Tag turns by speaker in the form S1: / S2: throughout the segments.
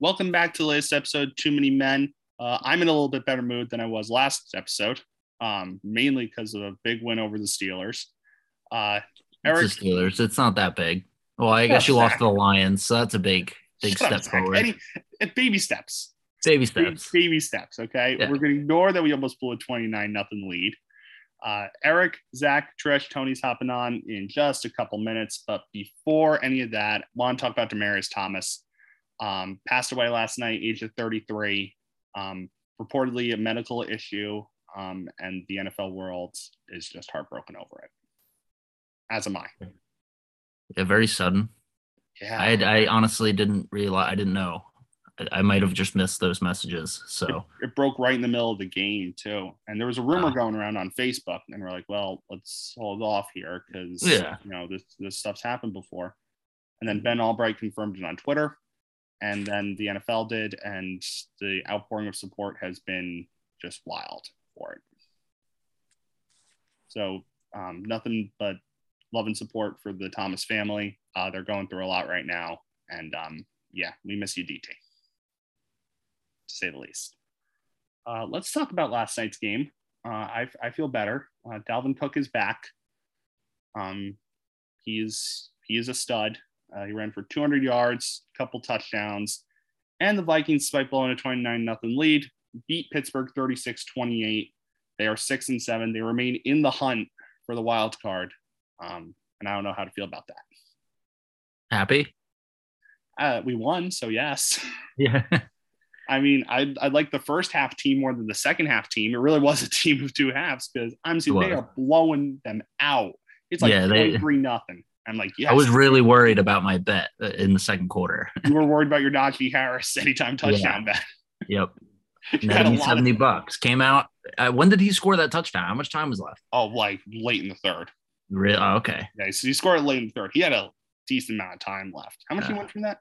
S1: welcome back to the latest episode, Too Many Men. Uh, I'm in a little bit better mood than I was last episode, um, mainly because of a big win over the Steelers. Uh, Eric,
S2: it's the Steelers. It's not that big. Well, I guess
S1: up,
S2: you lost
S1: Zach.
S2: to the Lions, so that's a big, big
S1: shut
S2: step
S1: up, Zach.
S2: forward.
S1: Any, it- baby steps.
S2: Baby
S1: Ba-
S2: steps.
S1: Baby steps. Okay.
S2: Yeah.
S1: We're going to ignore that we almost blew a 29 nothing lead. Uh, Eric, Zach, Trish, Tony's hopping on in just a couple minutes. But before any of that, want to talk about Demarius Thomas. Um, passed away last night, age of 33. Um, reportedly a medical issue. Um, and the NFL world is just heartbroken over it. As am I.
S2: Yeah, very sudden.
S1: Yeah.
S2: I had, I honestly didn't realize. I didn't know. I, I might have just missed those messages. So
S1: it broke right in the middle of the game too. And there was a rumor
S2: Wow.
S1: going around on Facebook, and we're like, well, let's hold off here because
S2: Yeah.
S1: you know this this stuff's happened before. And then Ben Albright confirmed it on Twitter, and then the NFL did, and the outpouring of support has been just wild for it. So um, nothing but love and support for the Thomas family. Uh, they're going through a lot right now, and um, yeah, we miss you, DT, to say the least. Uh, let's talk about last night's game. Uh, I, I feel better. Uh, Dalvin Cook is back. Um, he's he is a stud. Uh, he ran for 200 yards, couple touchdowns, and the Vikings, despite blowing a 29 nothing lead, beat Pittsburgh 36-28. They are six and seven. They remain in the hunt for the wild card, um, and I don't know how to feel about that.
S2: happy.
S1: Uh, we won, so yes.
S2: Yeah.
S1: I mean, I I like the first half team more than the second half team. It really was a team of two halves because I'm seeing
S2: It
S1: they
S2: was.
S1: are blowing them out. It's like
S2: Yeah, they-
S1: 23 nothing. I'm like, yeah,
S2: I was really worried about my bet uh, in the second quarter.
S1: you were worried about your Najee Harris anytime touchdown bet.
S2: Yep.
S1: You
S2: Net
S1: had a
S2: me
S1: lot of-
S2: 70 bucks. Came out. Uh, when did he score that touchdown? How much time was left?
S1: oh, like late in the third.
S2: Real, oh, okay.
S1: Okay, so he scored late in the third. He had a decent amount of time left. How much he
S2: Uh,
S1: won from that?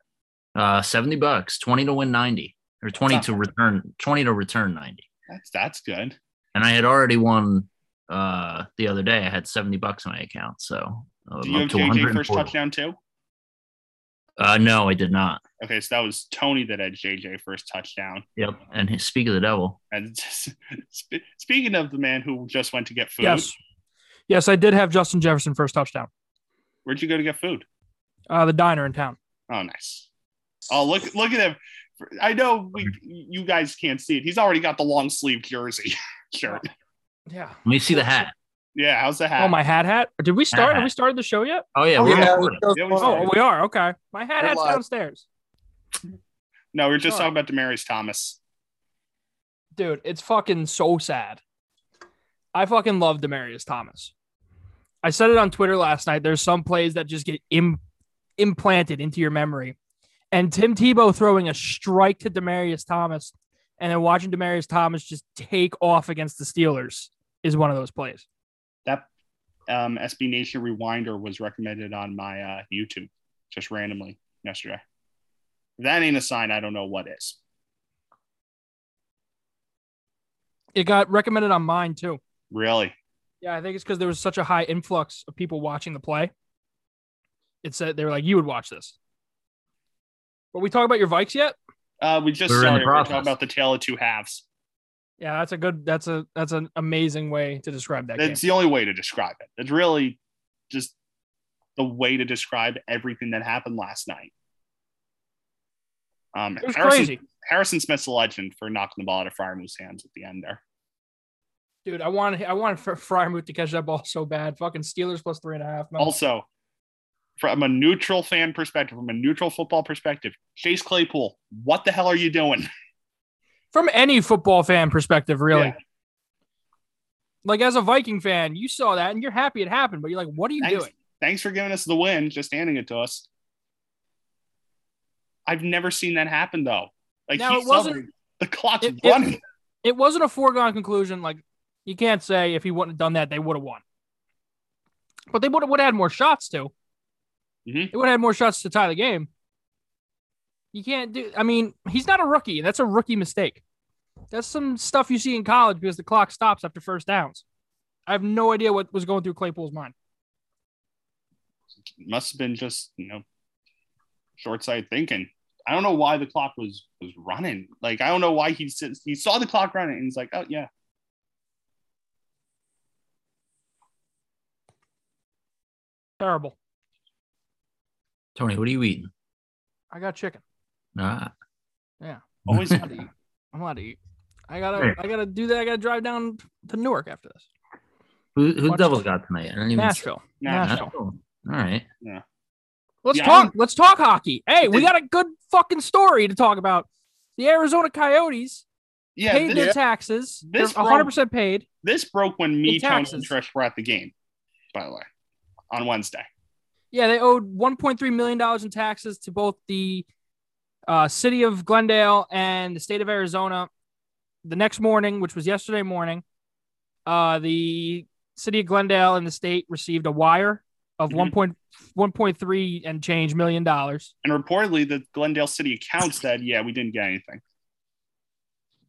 S2: Uh, 70 bucks, 20 to win 90 or 20
S1: not
S2: to
S1: bad.
S2: return, 20 to return 90.
S1: That's that's good.
S2: And I had already won uh, the other day. I had 70 bucks on my account. So I'm
S1: Do you
S2: up
S1: have
S2: to
S1: JJ first
S2: 140.
S1: touchdown too?
S2: Uh, no, I did not.
S1: Okay, so that was Tony that had JJ first touchdown.
S2: Yep. And he- speak of the devil.
S1: And sp- speaking of the man who just went to get food,
S3: Yes. Yes, I did have Justin Jefferson first touchdown.
S1: where'd you go to get food?
S3: Uh, the diner in town.
S1: Oh, nice. Oh, look look at him. I know we, you guys can't see it. He's already got the long sleeve jersey shirt.
S2: Oh.
S3: Yeah.
S2: Let me see the hat.
S1: Yeah, how's the hat?
S3: Oh, my hat hat. Did we start? Have
S2: hat.
S3: we started the show yet?
S2: Oh, yeah.
S1: Oh,
S2: we're
S1: yeah.
S2: recording.
S1: Yeah, we
S3: Oh,
S1: started.
S3: we are. Okay. My hat
S4: We're
S3: hat's
S4: live.
S3: downstairs.
S1: No, we were just
S3: Sorry.
S1: talking about Demarius Thomas.
S3: Dude, it's fucking so sad. I fucking love Demarius Thomas. I said it on Twitter last night. There's some plays that just get Im- implanted into your memory. And Tim Tebow throwing a strike to Demarius Thomas and then watching Demarius Thomas just take off against the Steelers is one of those plays.
S1: That um, SB Nation Rewinder was recommended on my uh, YouTube just randomly yesterday. If that ain't a sign. I don't know what is.
S3: It got recommended on mine too.
S1: Really?
S3: Yeah, I think it's because there was such a high influx of people watching the play. It said they were like, "You would watch this." But we talk about your Vikes yet?
S1: Uh, we just
S2: We're in
S1: started.
S2: the
S1: We're
S2: process.
S1: talking about the tale of two halves.
S3: Yeah, that's a good. That's a that's an amazing way to describe that
S1: That's
S3: game.
S1: the only way to describe it. It's really just the way to describe everything that happened last night. Um,
S3: It was
S1: Harrison,
S3: crazy,
S1: Harrison Smith's a legend for knocking the ball out of Fryermuth's hands at the end there.
S3: dude. I wanted I wanted Fr- Fryermuth to catch that ball so bad. Fucking Steelers plus three and a half. man.
S1: Also, from a neutral fan perspective, from a neutral football perspective, Chase Claypool, what the hell are you doing?
S3: From any football fan perspective, really.
S1: Yeah.
S3: Like as a Viking fan, you saw that and you're happy it happened, but you're like, "What are you
S1: Thanks.
S3: doing?"
S1: Thanks for giving us the win, just handing it to us. I've never seen that happen though. Like
S3: Now,
S1: he's
S3: it wasn't-
S1: celebrating. the clock's
S3: It- it-
S1: running.
S3: It wasn't a foregone conclusion. Like you can't say if he wouldn't have done that, they would have won. But they would have would have had more shots too.
S1: Mhm.
S3: They would have had more shots to tie the game. You can't do. I mean, he's not a rookie, and that's a rookie mistake. That's some stuff you see in college because the clock stops after first downs. I have no idea what was going through Claypool's mind.
S1: must have been just you know short sight thinking. I don't know why the clock was was running. Like I don't know why he sits, he saw the clock running and he's like, oh yeah.
S3: Terrible.
S2: Tony, what are you eating?
S3: I got chicken.
S2: Ah.
S3: Yeah.
S1: Always-
S3: I'm allowed to eat. I'm allowed to eat. I gotta
S2: Hey.
S3: I gotta do that. I gotta drive down to Newark after this.
S2: Who who
S3: Watch-
S2: devil's got tonight? I don't even
S3: Nashville.
S1: Nah,
S3: Nashville.
S2: Nashville. All right.
S3: Let's
S1: Yeah, I
S3: talk. Let's talk hockey. Hey, we
S1: Did-
S3: got a good fucking story to talk about. The Arizona Coyotes
S1: yeah,
S3: paid
S1: this,
S3: their taxes.
S1: This
S3: They're 100 percent paid.
S1: this broke when me,
S3: In
S1: Tony, and
S3: taxes.
S1: Trish were at the game. By the way, on Wednesday.
S3: Yeah, they owed 1.3 million dollars in taxes to both the uh, city of Glendale and the state of Arizona. The next morning, which was yesterday morning, uh, the city of Glendale and the state received a wire of
S1: Mhm.
S3: 1.1.3 and change million dollars.
S1: And reportedly, the Glendale City account said, "Yeah, we didn't get anything."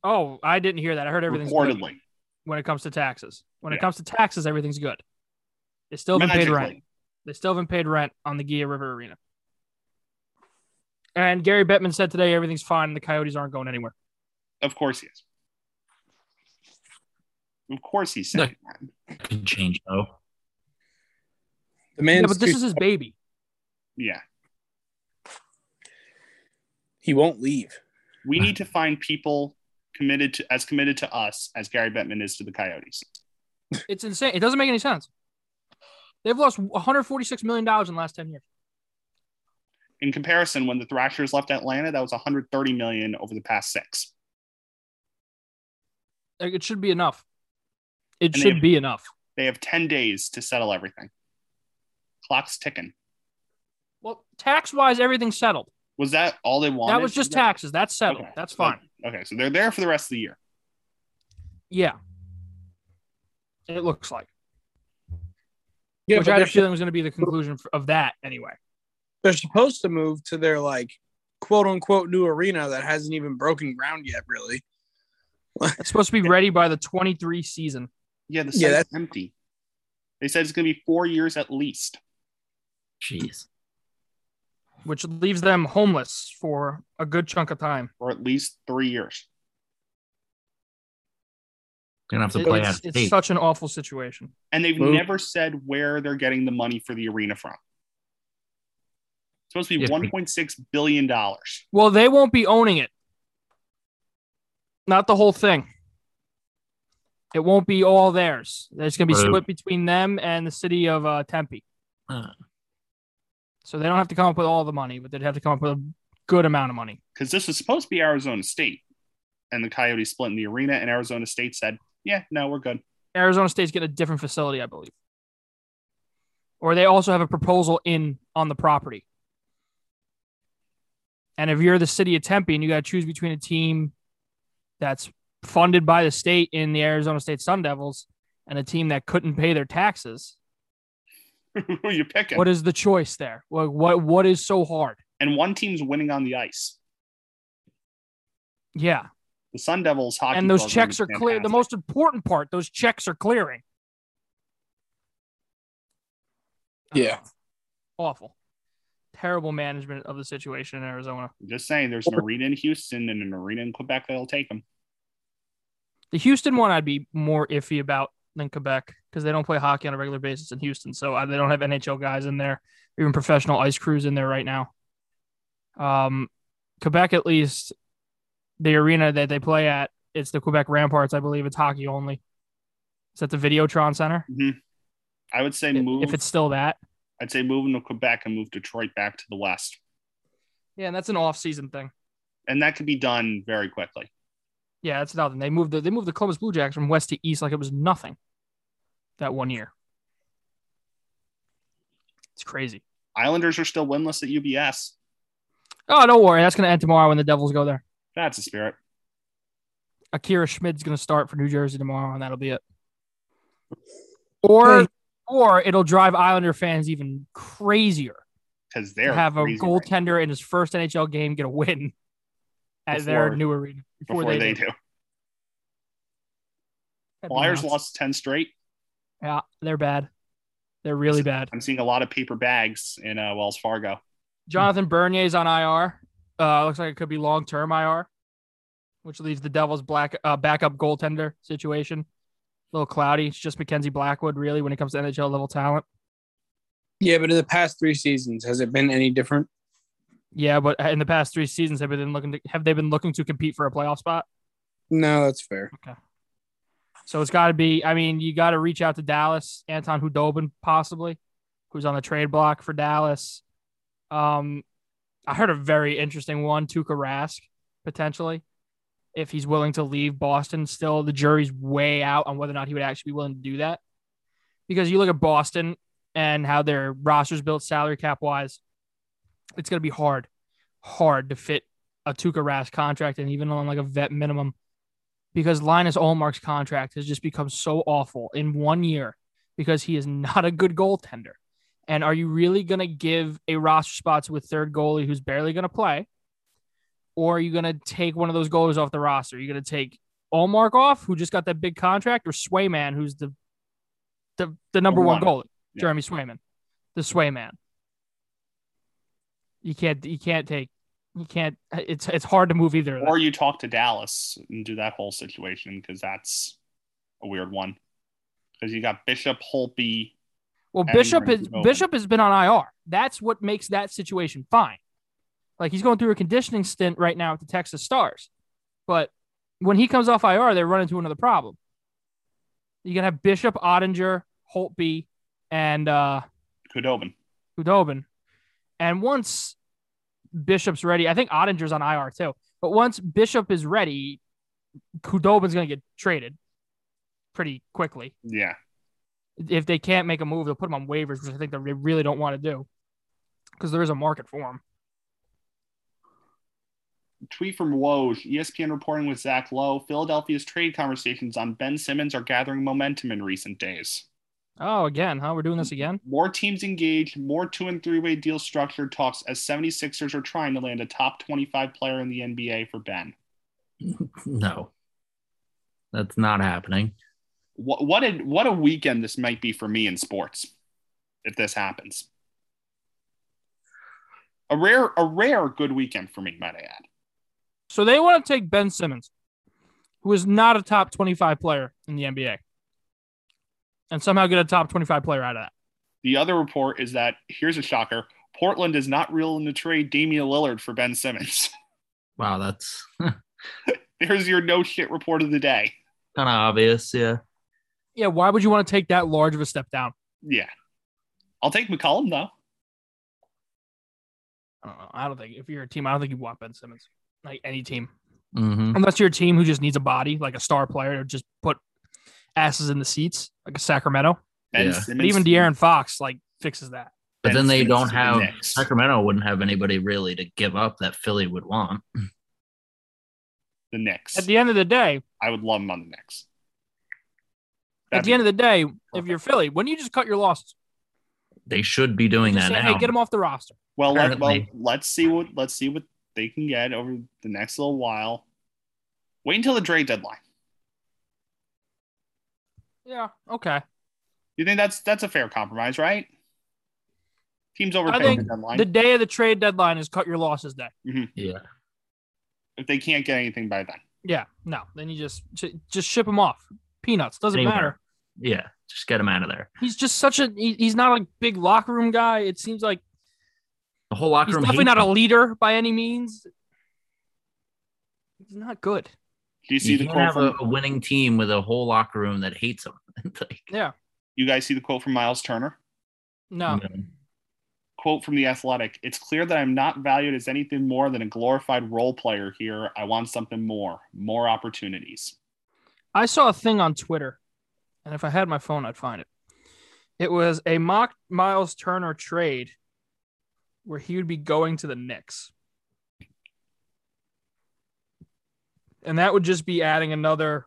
S3: Oh, I didn't hear that. I heard everything's good
S1: Reportedly,
S3: when it comes to taxes. When it
S1: Yeah.
S3: comes to taxes, everything's good. They still haven't paid rent.
S1: Magically.
S3: They still haven't paid rent on the Gia River Arena. And Gary Bettman said today everything's fine. The Coyotes aren't going anywhere.
S1: Of course he is. Of course he's saying that.
S2: Could change though.
S4: The man,
S3: yeah, but this is his baby.
S1: Yeah,
S4: he won't leave.
S1: we need to find people committed to as committed to us as Gary Bettman is to the Coyotes.
S3: It's insane. It doesn't make any sense. They've lost 146 million dollars in the last 10 years.
S1: In comparison, when the Thrashers left Atlanta, that was 130 million over the past six.
S3: Like, It should be enough. It
S1: And
S3: should
S1: they've-
S3: be enough.
S1: They have 10 days to settle everything. Clock's ticking.
S3: Well, tax wise, everything's settled.
S1: Was that all they wanted?
S3: That was just taxes. That's settled.
S1: Okay.
S3: That's fine.
S1: Okay, so they're there for the rest of the year.
S3: Yeah. It looks like.
S4: Yeah,
S3: Which
S4: but
S3: I had a
S4: they're,
S3: feeling was going to be the conclusion f- of that anyway.
S4: they're supposed to move to their like quote unquote new arena that hasn't even broken ground yet, really.
S3: It's supposed to be ready by the 23 season.
S1: Yeah, the
S4: Yeah,
S1: site's
S4: that's-
S1: empty. They said it's going to be four years at least.
S2: Jeez.
S3: which leaves them homeless for a good chunk of time.
S1: or at least three years.
S2: They're gonna have to
S3: It-
S2: play out
S3: it's
S2: of
S3: it's
S2: state.
S3: such an awful situation.
S1: And they've
S4: Well-
S1: never said where they're getting the money for the arena from. It's supposed to be
S2: Yeah, but-
S1: $1.6 billion. dollars.
S3: Well, they won't be owning it. Not the whole thing. It won't be all theirs. It's going to be
S2: Right.
S3: split between them and the city of uh, Tempe.
S2: Uh.
S3: So they don't have to come up with all the money, but they'd have to come up with a good amount of money.
S1: Because this was supposed to be Arizona State. And the Coyotes split in the arena, and Arizona State said, yeah, no, we're good.
S3: Arizona State's getting a different facility, I believe. Or they also have a proposal in on the property. And if you're the city of Tempe and you got to choose between a team that's funded by the state in the Arizona State Sun Devils and a team that couldn't pay their taxes,
S1: Who are you picking?
S3: what is the choice there? What what, what is so hard?
S1: and one team's winning on the ice.
S3: Yeah.
S1: The Sun Devils hockey.
S3: and those
S1: program
S3: checks
S1: is
S3: are clear. The
S1: fantastic.
S3: most important part, those checks are clearing.
S4: Yeah.
S3: Awful. Terrible management of the situation in Arizona.
S1: I'm just saying, there's an arena in Houston and an arena in Quebec that'll take them.
S3: The Houston one, I'd be more iffy about than Quebec because they don't play hockey on a regular basis in Houston. So uh, they don't have NHL guys in there, even professional ice crews in there right now. Um, Quebec, at least, the arena that they play at, it's the Quebec Ramparts, I believe. It's hockey only. Is that the Videotron Center?
S1: I would say move.
S3: If it's still that.
S1: I'd say move them to Quebec and move Detroit back to the West.
S3: Yeah, and that's an off-season thing.
S1: And that could be done very quickly.
S3: Yeah, that's nothing. They moved the they moved the Columbus Blue Jackets from west to east like it was nothing. That one year, it's crazy.
S1: Islanders are still winless at UBS.
S3: Oh, don't worry, that's going to end tomorrow when the Devils go there.
S1: That's a spirit.
S3: Akira Schmidt's going to start for New Jersey tomorrow, and that'll be it. Or
S4: Hey.
S3: or it'll drive Islander fans even crazier
S1: Because
S3: to
S1: they're
S3: have a
S1: crazy right
S3: goaltender in his first NHL game get a win at their
S1: Before-
S3: new arena
S1: now before, they, do.
S3: That'd be
S1: Flyers
S3: nuts.
S1: lost 10 straight.
S3: Yeah, they're bad. They're really bad.
S1: I'm seeing a lot of paper bags in uh, Wells Fargo.
S3: Jonathan Bernier's on IR. Uh, looks like it could be long term IR, which leaves the Devils' black uh, backup goaltender situation a little cloudy. It's just Mackenzie Blackwood, really, when it comes to NHL level talent.
S4: Yeah, but in the past three seasons, has it been any different?
S3: Yeah, but in the past three seasons, have they been looking to have they been looking to compete for a playoff spot?
S4: No, that's fair.
S3: So it's got to be. I mean, you got to reach out to Dallas, Anton Hudobin, possibly, who's on the trade block for Dallas. Um, I heard a very interesting one, Tuka Rask, potentially, if he's willing to leave Boston. Still, the jury's way out on whether or not he would actually be willing to do that, because you look at Boston and how their rosters built, salary cap wise, it's going to be hard, hard to fit a Tuka Rask contract, and even on like a vet minimum because Linus Olmark's contract has just become so awful in one year because he is not a good goaltender. And are you really going to give a roster spot to a third goalie who's barely going to play? Or are you going to take one of those goalies off the roster? You're going to take Olmark off, who just got that big contract, or Swayman, who's the the, the number one
S1: Number
S3: goalie,
S1: Yeah.
S3: Jeremy Swayman, the Swayman. You can't you can't take you can't it's it's hard to move either. Of them.
S1: Or you talk to Dallas and do that whole situation because that's a weird one. Because you got Bishop, Holpe,
S3: Well,
S1: and
S3: Bishop
S1: Brendan
S3: is
S1: Dolan.
S3: Bishop has been on IR. That's what makes that situation fine. Like he's going through a conditioning stint right now with the Texas Stars, but when he comes off IR, they run into another problem. You can have Bishop, Ottinger, Holtby, and uh,
S1: Kudobin.
S3: Hudobin, and once Bishop's ready, I think Ottinger's on IR too. But once Bishop is ready, Hudobin's going to get traded pretty quickly
S1: Yeah.
S3: if they can't make a move, they'll put him on waivers, which I think they re- really don't want to do because there is a market for him.
S1: Tweet from Woj, E ESPN reporting with Zach Lowe. Philadelphia's trade conversations on Ben Simmons are gathering momentum in recent days.
S3: Oh, again, huh? We're doing this again.
S1: More teams engaged, more two and three way deal structure talks as 76ers are trying to land a top 25 player in the NBA for Ben.
S2: No, that's not happening.
S1: What, what, a, what a weekend this might be for me in sports if this happens. A rare, a rare good weekend for me, might I add.
S3: So they want to take Ben Simmons, who is not a top 25 player in the NBA, and somehow get a top 25 player out of that.
S1: The other report is that here's a shocker Portland is not willing to trade Damian Lillard for Ben Simmons.
S2: Wow, that's
S1: There's your no shit report of the day.
S2: kind of obvious. Yeah.
S3: Yeah, why would you want to take that large of a step down?
S1: Yeah. I'll take McCollum, though.
S3: I don't know. I don't think if you're a team, I don't think you want Ben Simmons. Like any team,
S2: hmm
S3: unless you're a team who just needs a body, like a star player to just put asses in the seats, like a Sacramento.
S1: Ben
S2: Yeah.
S1: Simmons.
S3: But even De'Aaron Fox like fixes that.
S2: But
S1: Ben
S2: then they
S1: Simmons
S2: don't
S1: to the
S2: have
S1: Knicks.
S2: Sacramento wouldn't have anybody really to give up that Philly would want.
S1: The Knicks.
S3: At the end of the day,
S1: I would love him on the Knicks.
S3: at the end of the day, if you're Philly, when you just cut your losses,
S2: They should be doing
S3: just
S2: that
S3: say,
S2: now.
S3: hey, get them off the roster.
S1: well, let, well,
S2: apparently-
S1: let's see what let's see what they can get over the next little while. Wait until the trade deadline.
S3: Yeah, okay.
S1: You think that's that's a fair compromise, right? Teams overpay
S3: think
S1: the deadline.
S3: The day of the trade deadline is cut your losses day.
S2: yeah.
S1: if they can't get anything by then,
S3: Yeah, no, then you just ju- just ship him off. Peanuts doesn't
S2: Anywhere.
S3: matter.
S2: Yeah. Just get them out of there.
S3: He's just such a he- he's not a big locker room guy. It seems like
S2: The whole locker
S3: he's
S2: room.
S3: definitely
S2: hates
S3: not a
S2: him.
S3: leader by any means. He's not good.
S1: do you see
S2: You
S1: the
S2: can't
S1: quote
S2: have
S1: from
S2: a, a winning team with a whole locker room that hates them. It's like,
S1: you guys see the quote from Miles Turner?
S3: No,
S2: no.
S1: Quote from the Athletic: "It's clear that I'm not valued as anything more than a glorified role player here. I want something more, more opportunities."
S3: I saw a thing on Twitter, and if I had my phone, I'd find it. It was a mock Miles Turner trade where he would be going to the Knicks. And that would just be adding another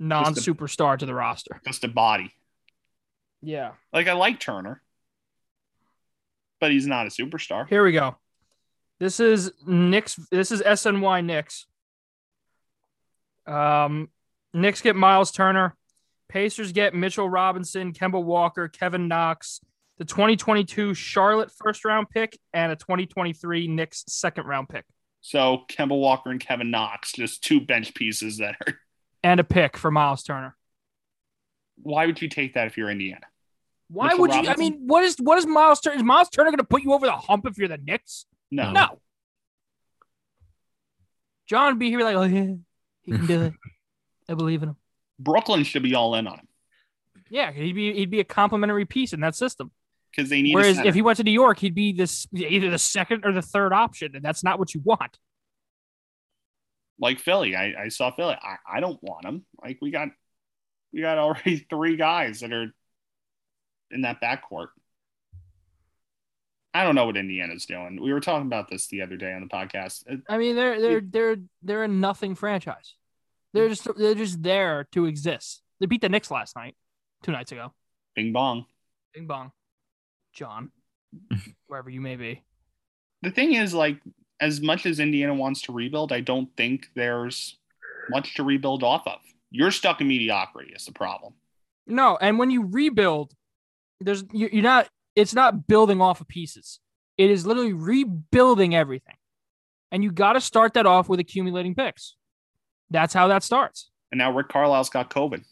S3: non superstar to the roster.
S1: Just a body.
S3: Yeah.
S1: Like I like Turner, but he's not a superstar.
S3: Here we go. This is Knicks. This is SNY Knicks. Um, Knicks get Miles Turner. Pacers get Mitchell Robinson, Kemba Walker, Kevin Knox, the 2022 Charlotte first round pick, and a 2023 Knicks second round pick,
S1: So Kemba Walker and Kevin Knox, just two bench pieces that are.
S3: and a pick for Miles Turner.
S1: Why would you take that if you're Indiana?
S3: Why
S1: Mitchell
S3: would you? I
S1: Robinson?
S3: mean, what is what is Miles Turner? Is Miles Turner going to put you over the hump if you're the Knicks?
S1: No.
S3: No. John would be here like, oh yeah, he can do it. I believe in him.
S1: Brooklyn should be all in on him
S3: Yeah, he'd be he'd be a complimentary piece in that system.
S1: because they need.
S3: Whereas
S1: a
S3: if he went to New York, he'd be this either the second or the third option, and that's not what you want.
S1: like Philly, I, I saw Philly. I, I don't want him. Like we got, we got already three guys that are in that backcourt. I don't know what Indiana's doing. We were talking about this the other day on the podcast. Uh,
S3: I mean, they're they're they're they're a nothing franchise. They're just they're just there to exist. They beat the Knicks last night, two nights ago.
S1: Bing bong.
S3: Bing bong, John, wherever you may be.
S1: The thing is, like, as much as Indiana wants to rebuild, I don't think there's much to rebuild off of. You're stuck in mediocrity is the problem.
S3: No, and when you rebuild, there's you- you're not. It's not building off of pieces. It is literally rebuilding everything, and you got to start that off with accumulating picks. That's how that starts.
S1: And now Rick Carlisle's got COVID.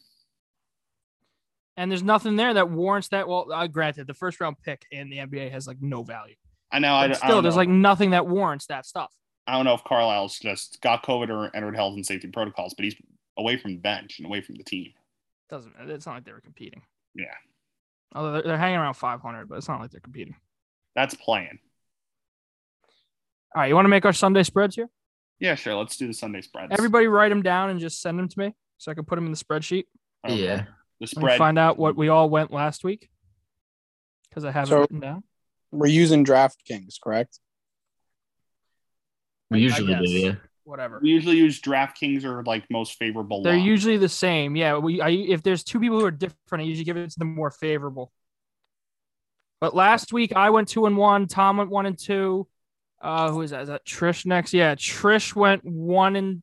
S3: And there's nothing there that warrants that. Well, uh, granted, the first round pick in the NBA has like no value.
S1: I know. I,
S3: But
S1: I
S3: still,
S1: don't
S3: there's
S1: know.
S3: like nothing that warrants that stuff.
S1: I don't know if Carlisle's just got COVID or entered health and safety protocols, but he's away from the bench and away from the team.
S3: Doesn't. It's not like they were competing.
S1: Yeah.
S3: Although they're, they're hanging around 500, but it's not like they're competing.
S1: That's playing.
S3: All right, you want to make our Sunday spreads here?
S1: Yeah, sure. Let's do the Sunday spreads.
S3: Everybody write them down and just send them to me so I can put them in the spreadsheet.
S1: Okay.
S2: Yeah.
S1: The
S3: Let me
S1: spread.
S3: find out what we all went last week because I have
S4: So-
S3: it written down.
S4: We're using DraftKings, correct?
S2: We
S3: I- I
S2: usually do,
S3: guess.
S2: yeah.
S3: Whatever.
S1: we usually use DraftKings or like most favorable.
S3: They're
S1: line.
S3: usually the same. Yeah. We I, if there's two people who are different, I usually give it to the more favorable. But last week I went two and one. Tom went one and two. Uh, who is that? Is that Trish next? Yeah, Trish went one and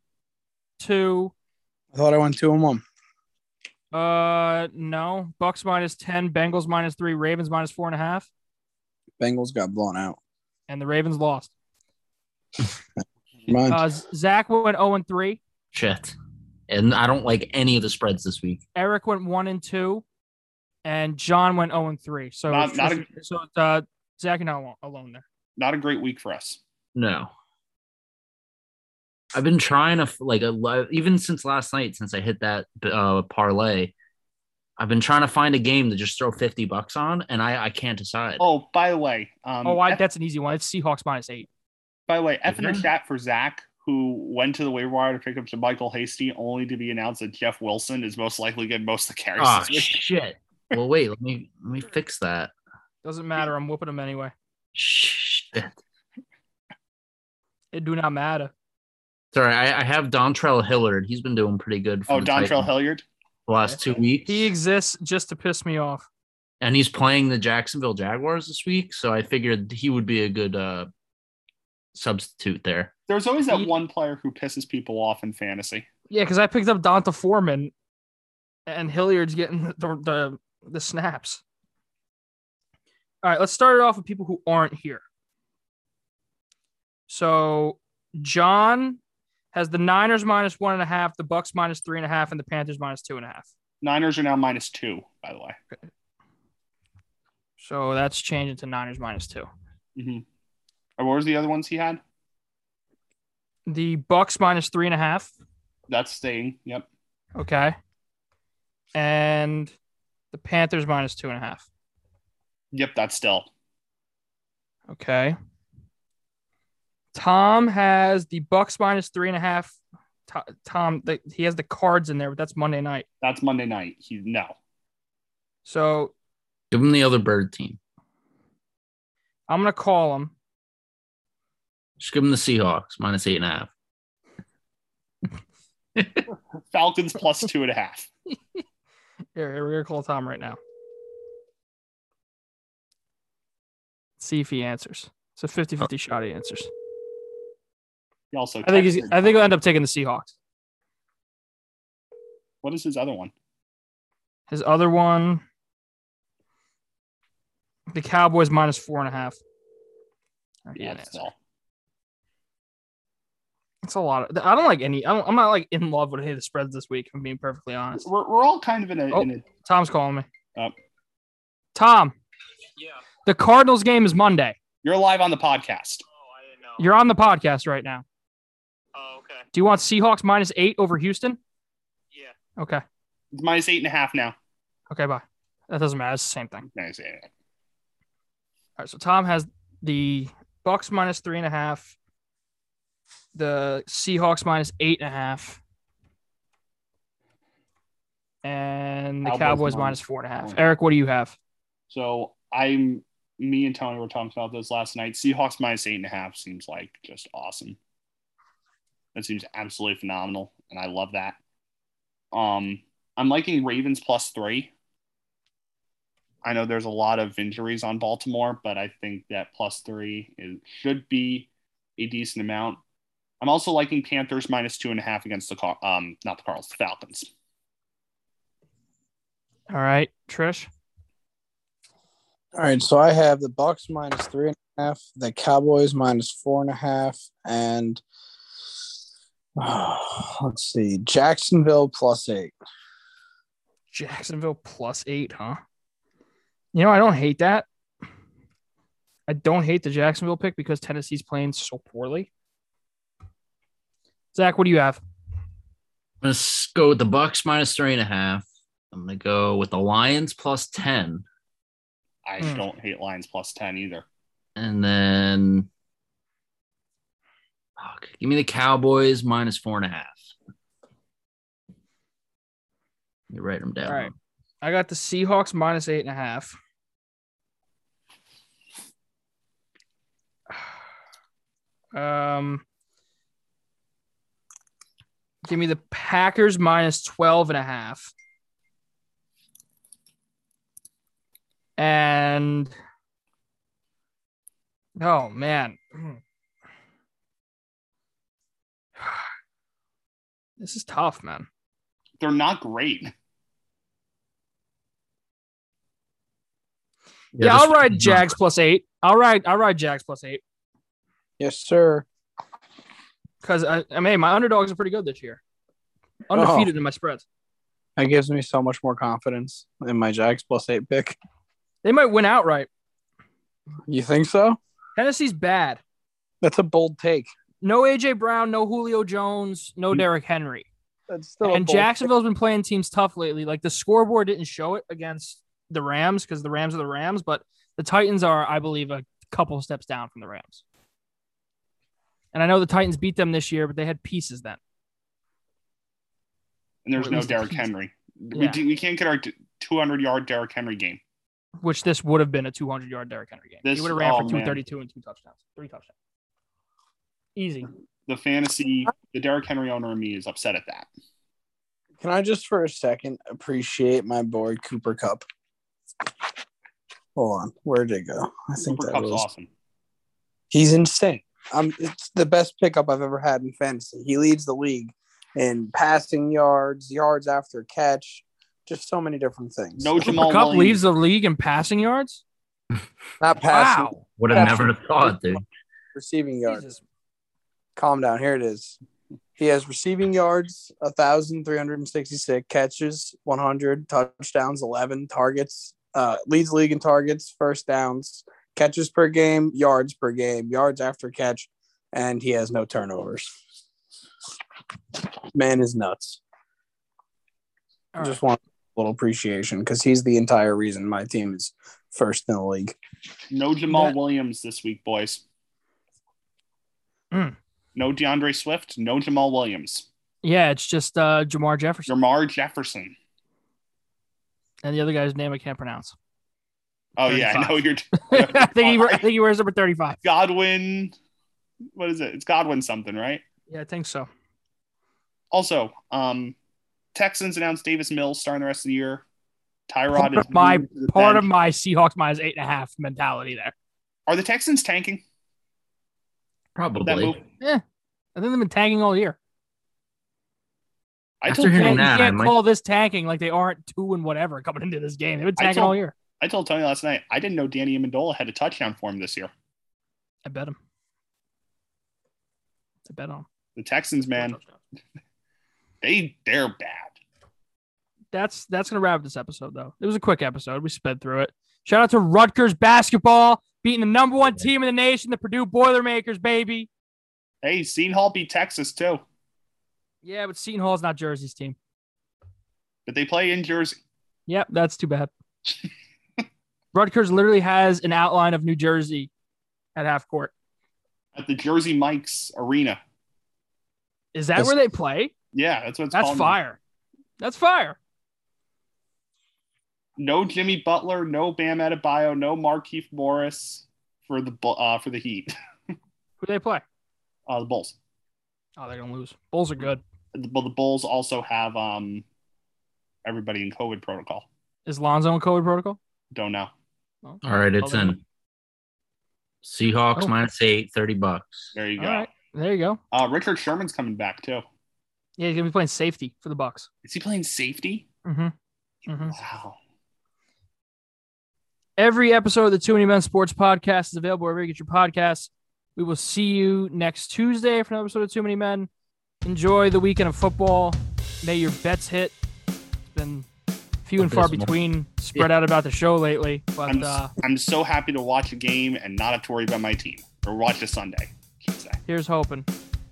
S3: two.
S4: I thought I went two and one.
S3: Uh, no. Bucks minus ten. Bengals minus three. Ravens minus four and a half.
S4: Bengals got blown out.
S3: And the Ravens lost.
S4: Mine.
S3: Uh, Zach went zero and three.
S2: Shit. And I don't like any of the spreads this week.
S3: Eric went one and two, and John went zero and three. So
S1: Not- not a-
S3: so uh, Zach, you're not alone, alone there.
S1: not a great week for us.
S2: No. I've been trying to f- like a li- even since last night since I hit that uh, parlay. I've been trying to find a game to just throw fifty bucks on, and I I can't decide.
S1: Oh, by the way, um,
S3: oh, I,
S1: F-
S3: that's an easy one. It's Seahawks minus eight.
S1: by the way, F in the
S2: Mhm.
S1: chat for Zach, who went to the waiver wire to pick up Michael Hasty, only to be announced that Jeff Wilson is most likely getting most of the carries.
S2: Oh
S1: this week.
S2: shit! Well, wait. Let me let me fix that.
S3: Doesn't matter. I'm whooping them anyway.
S2: Shit.
S3: It do not matter.
S2: Sorry, I, I have Dontrell Hillard. He's been doing pretty good. For
S1: oh,
S2: the
S1: Dontrell
S2: Titans
S1: Hilliard.
S2: The last two weeks,
S3: He exists just to piss me off.
S2: and he's playing the Jacksonville Jaguars this week, so I figured he would be a good uh, substitute there.
S1: There's always that
S3: He-
S1: one player who pisses people off in fantasy.
S3: Yeah, because I picked up Donta Foreman, and Hilliard's getting the, the the snaps. All right, let's start it off with people who aren't here. So John has the Niners minus one and a half, the Bucks minus three and a half, and the Panthers minus two and a half.
S1: Niners are now minus two, by the way.
S3: So that's changing to Niners minus two.
S1: Or what was the other ones he had?
S3: The Bucks minus three and a half.
S1: That's staying. Yep.
S3: Okay. And the Panthers minus two and a half.
S1: Yep, that's still.
S3: Okay. Tom has the Bucks minus three and a half. To- Tom, the, he has the cards in there, but that's Monday night.
S1: That's Monday night. He no.
S3: So
S2: Give him the other bird team.
S3: I'm gonna call him.
S2: Just give him the Seahawks minus eight and a half.
S1: Falcons plus two and a half.
S3: Here, here, we're gonna call Tom right now. See if he answers. It's a 50-50 shot he answers.
S1: He also.
S3: I think he's,
S1: texted-
S3: I think he'll end up taking the Seahawks.
S1: What is his other one?
S3: His other one. The Cowboys minus four and a half. I
S1: Yeah,
S3: can't
S1: that's
S3: answer.
S1: all.
S3: It's a lot. Of, I don't like any. I don't, I'm not like in love with any of the spreads this week. If I'm being perfectly honest.
S1: We're, we're all kind of in a,
S3: Oh.
S1: in a
S3: Tom's calling me.
S1: Oh.
S3: Tom,
S5: Yeah.
S3: the Cardinals game is Monday.
S1: you're live on the podcast.
S5: Oh, I didn't know.
S3: You're on the podcast right now.
S5: oh, okay.
S3: Do you want Seahawks minus eight over Houston?
S5: Yeah.
S3: Okay.
S1: It's minus eight and a half now.
S3: Okay. Bye. That doesn't matter. It's the same thing.
S1: Minus eight and a half.
S3: All right, so Tom has the Bucks minus three and a half, the Seahawks minus eight and a half, and the
S1: Cowboys
S3: Cowboys,
S1: minus
S3: minus four and a half.
S1: four.
S3: Eric, what do you have?
S1: So I'm me and Tony were talking about this last night. Seahawks minus eight and a half seems like just awesome. That seems absolutely phenomenal, and I love that. Um, I'm liking Ravens plus three. I know there's a lot of injuries on Baltimore, but I think that plus three is, should be a decent amount. I'm also liking Panthers minus two and a half against the Car- um not the Carls the Falcons.
S3: All right, Trish.
S4: All right, so I have the Bucks minus three and a half, the Cowboys minus four and a half, and let's see, Jacksonville plus eight.
S3: Jacksonville plus eight, huh? You know, I don't hate that. I don't hate the Jacksonville pick because Tennessee's playing so poorly. Zach, what do you have?
S2: I'm gonna s- go with the Bucks minus three and a half. I'm gonna go with the Lions plus ten,
S1: I
S3: Hmm.
S1: don't hate Lions plus ten either.
S2: and then fuck, give me the Cowboys minus four and a half. You write them down.
S3: All right. I got the Seahawks minus eight and a half. Um, give me the Packers minus 12 and a half. And oh man. This is tough, man.
S1: They're not great.
S3: Yeah, I'll ride Jags plus eight. I'll ride I'll ride Jags plus eight
S4: Yes, sir.
S3: because I, I mean uh, my underdogs are pretty good this year, undefeated in my spreads.
S4: That gives me so much more confidence in my Jags plus eight pick.
S3: They might win outright.
S4: You think so?
S3: Tennessee's bad.
S4: That's a bold take.
S3: No AJ Brown, no Julio Jones, no Derrick Henry.
S4: That's still
S3: And Jacksonville's been playing teams tough lately. Like the scoreboard didn't show it against the Rams because the Rams are the Rams, but the Titans are, I believe, a couple steps down from the Rams. And I know the Titans beat them this year, but they had pieces then.
S1: and
S3: Or
S1: there's
S3: at
S1: no
S3: least a
S1: Derrick
S3: piece.
S1: Henry. We,
S3: Yeah.
S1: do, we can't get our 200 yard Derrick Henry game.
S3: which this would have been a 200 yard Derrick Henry game.
S1: This-
S3: he would have ran
S1: oh,
S3: for
S1: man.
S3: 232 and two touchdowns, three touchdowns. Easy.
S1: The fantasy, the Derrick Henry owner in me is upset at that.
S4: Can I just for a second appreciate my boy Cooper Cup? Hold on, where'd it go? I think
S1: Cooper
S4: that
S1: Cup's
S4: was.
S1: awesome.
S4: He's insane. Um, it's the best pickup I've ever had in fantasy. He leads the league in passing yards, yards after catch, just so many different things.
S1: No Jamal
S3: Cup
S1: Williams.
S3: leaves the league in passing yards.
S4: not passing,
S3: Wow.
S2: Would have never have thought, dude.
S4: receiving yards.
S3: Jesus.
S4: Calm down. Here it is. He has receiving yards, 1,366 catches, 100 touchdowns, 11 targets, uh, leads league in targets, first downs, catches per game, yards per game, yards after catch, and he has no turnovers. Man is nuts.
S3: All right.
S4: Just want a little appreciation because he's the entire reason my team is first in the league.
S1: No Jamal
S3: That-
S1: Williams this week, boys.
S3: Mm.
S1: No DeAndre Swift. No Jamal Williams.
S3: yeah, it's just uh, Jamar Jefferson
S1: Jamar Jefferson.
S3: and the other guy's name I can't pronounce.
S1: Oh, yeah. I know you're
S3: I think he I think he wears number 35.
S1: Godwin. What is it? It's Godwin something, right?
S3: Yeah, I think so.
S1: Also, um, Texans announced Davis Mills starting the rest of the year. Tyrod
S3: Part
S1: is
S3: of my-
S1: moved to the
S3: Part of
S1: bench.
S3: my Seahawks minus eight and a half mentality there.
S1: Are the Texans tanking? That move?
S2: Probably.
S3: I think they've been tagging all year.
S1: I
S2: After
S1: told
S2: hearing
S1: Tony-
S3: you
S2: that, I
S3: can't
S2: might-
S3: call this tanking like they aren't two and whatever coming into this game. They've been
S1: I
S3: tanking
S1: told-
S3: all year.
S1: I told Tony last night I didn't know Danny Amendola had a touchdown for him this year.
S3: I bet him. I bet on. him.
S1: The Texans, man, they they're bad.
S3: That's that's gonna wrap up this episode though. It was a quick episode. We sped through it. Shout out to Rutgers basketball beating the number one team in the nation, the Purdue Boilermakers, baby.
S1: Hey, Seton Hall beat Texas too,
S3: Yeah, but Seton Hall's not Jersey's team.
S1: but they play in Jersey.
S3: Yep, that's too bad. Rutgers literally has an outline of New Jersey at half court.
S1: at the Jersey Mike's Arena.
S3: Is that
S4: That's-
S3: where they play?
S1: Yeah, that's what it's
S3: That's
S1: called. now.
S3: fire. That's fire.
S1: No Jimmy Butler, no Bam Adebayo, no Markeith Morris for the Bu- uh, for the Heat,
S3: Who they play?
S1: uh, the Bulls.
S3: Oh, they're gonna lose. Bulls are good.
S1: The, but the Bulls also have um everybody in COVID protocol.
S3: Is Lonzo in COVID protocol?
S1: Don't know.
S2: All right, it's
S3: Hold on.
S2: in. Seahawks
S3: Oh.
S2: minus eight, 30 bucks.
S1: There you
S3: All
S1: go.
S3: right, there you go.
S1: Uh, Richard Sherman's coming back too.
S3: Yeah, he's gonna be playing safety for the Bucks.
S1: Is he playing safety?
S3: Mm-hmm. Mhm.
S1: Wow.
S3: Every episode of the Too Many Men Sports Podcast is available wherever you get your podcasts. We will see you next Tuesday for another episode of Too Many Men. Enjoy the weekend of football. May your bets hit. It's been few and far
S2: Abysmal.
S3: between, spread out about the show lately, but
S1: I'm,
S3: uh,
S1: I'm so happy to watch a game and not have to worry about my team or watch a Sunday. I should say.
S3: here's hoping.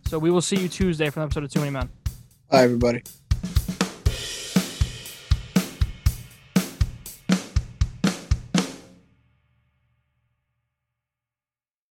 S3: So we will see you Tuesday for an episode of Too Many Men.
S4: Bye, everybody.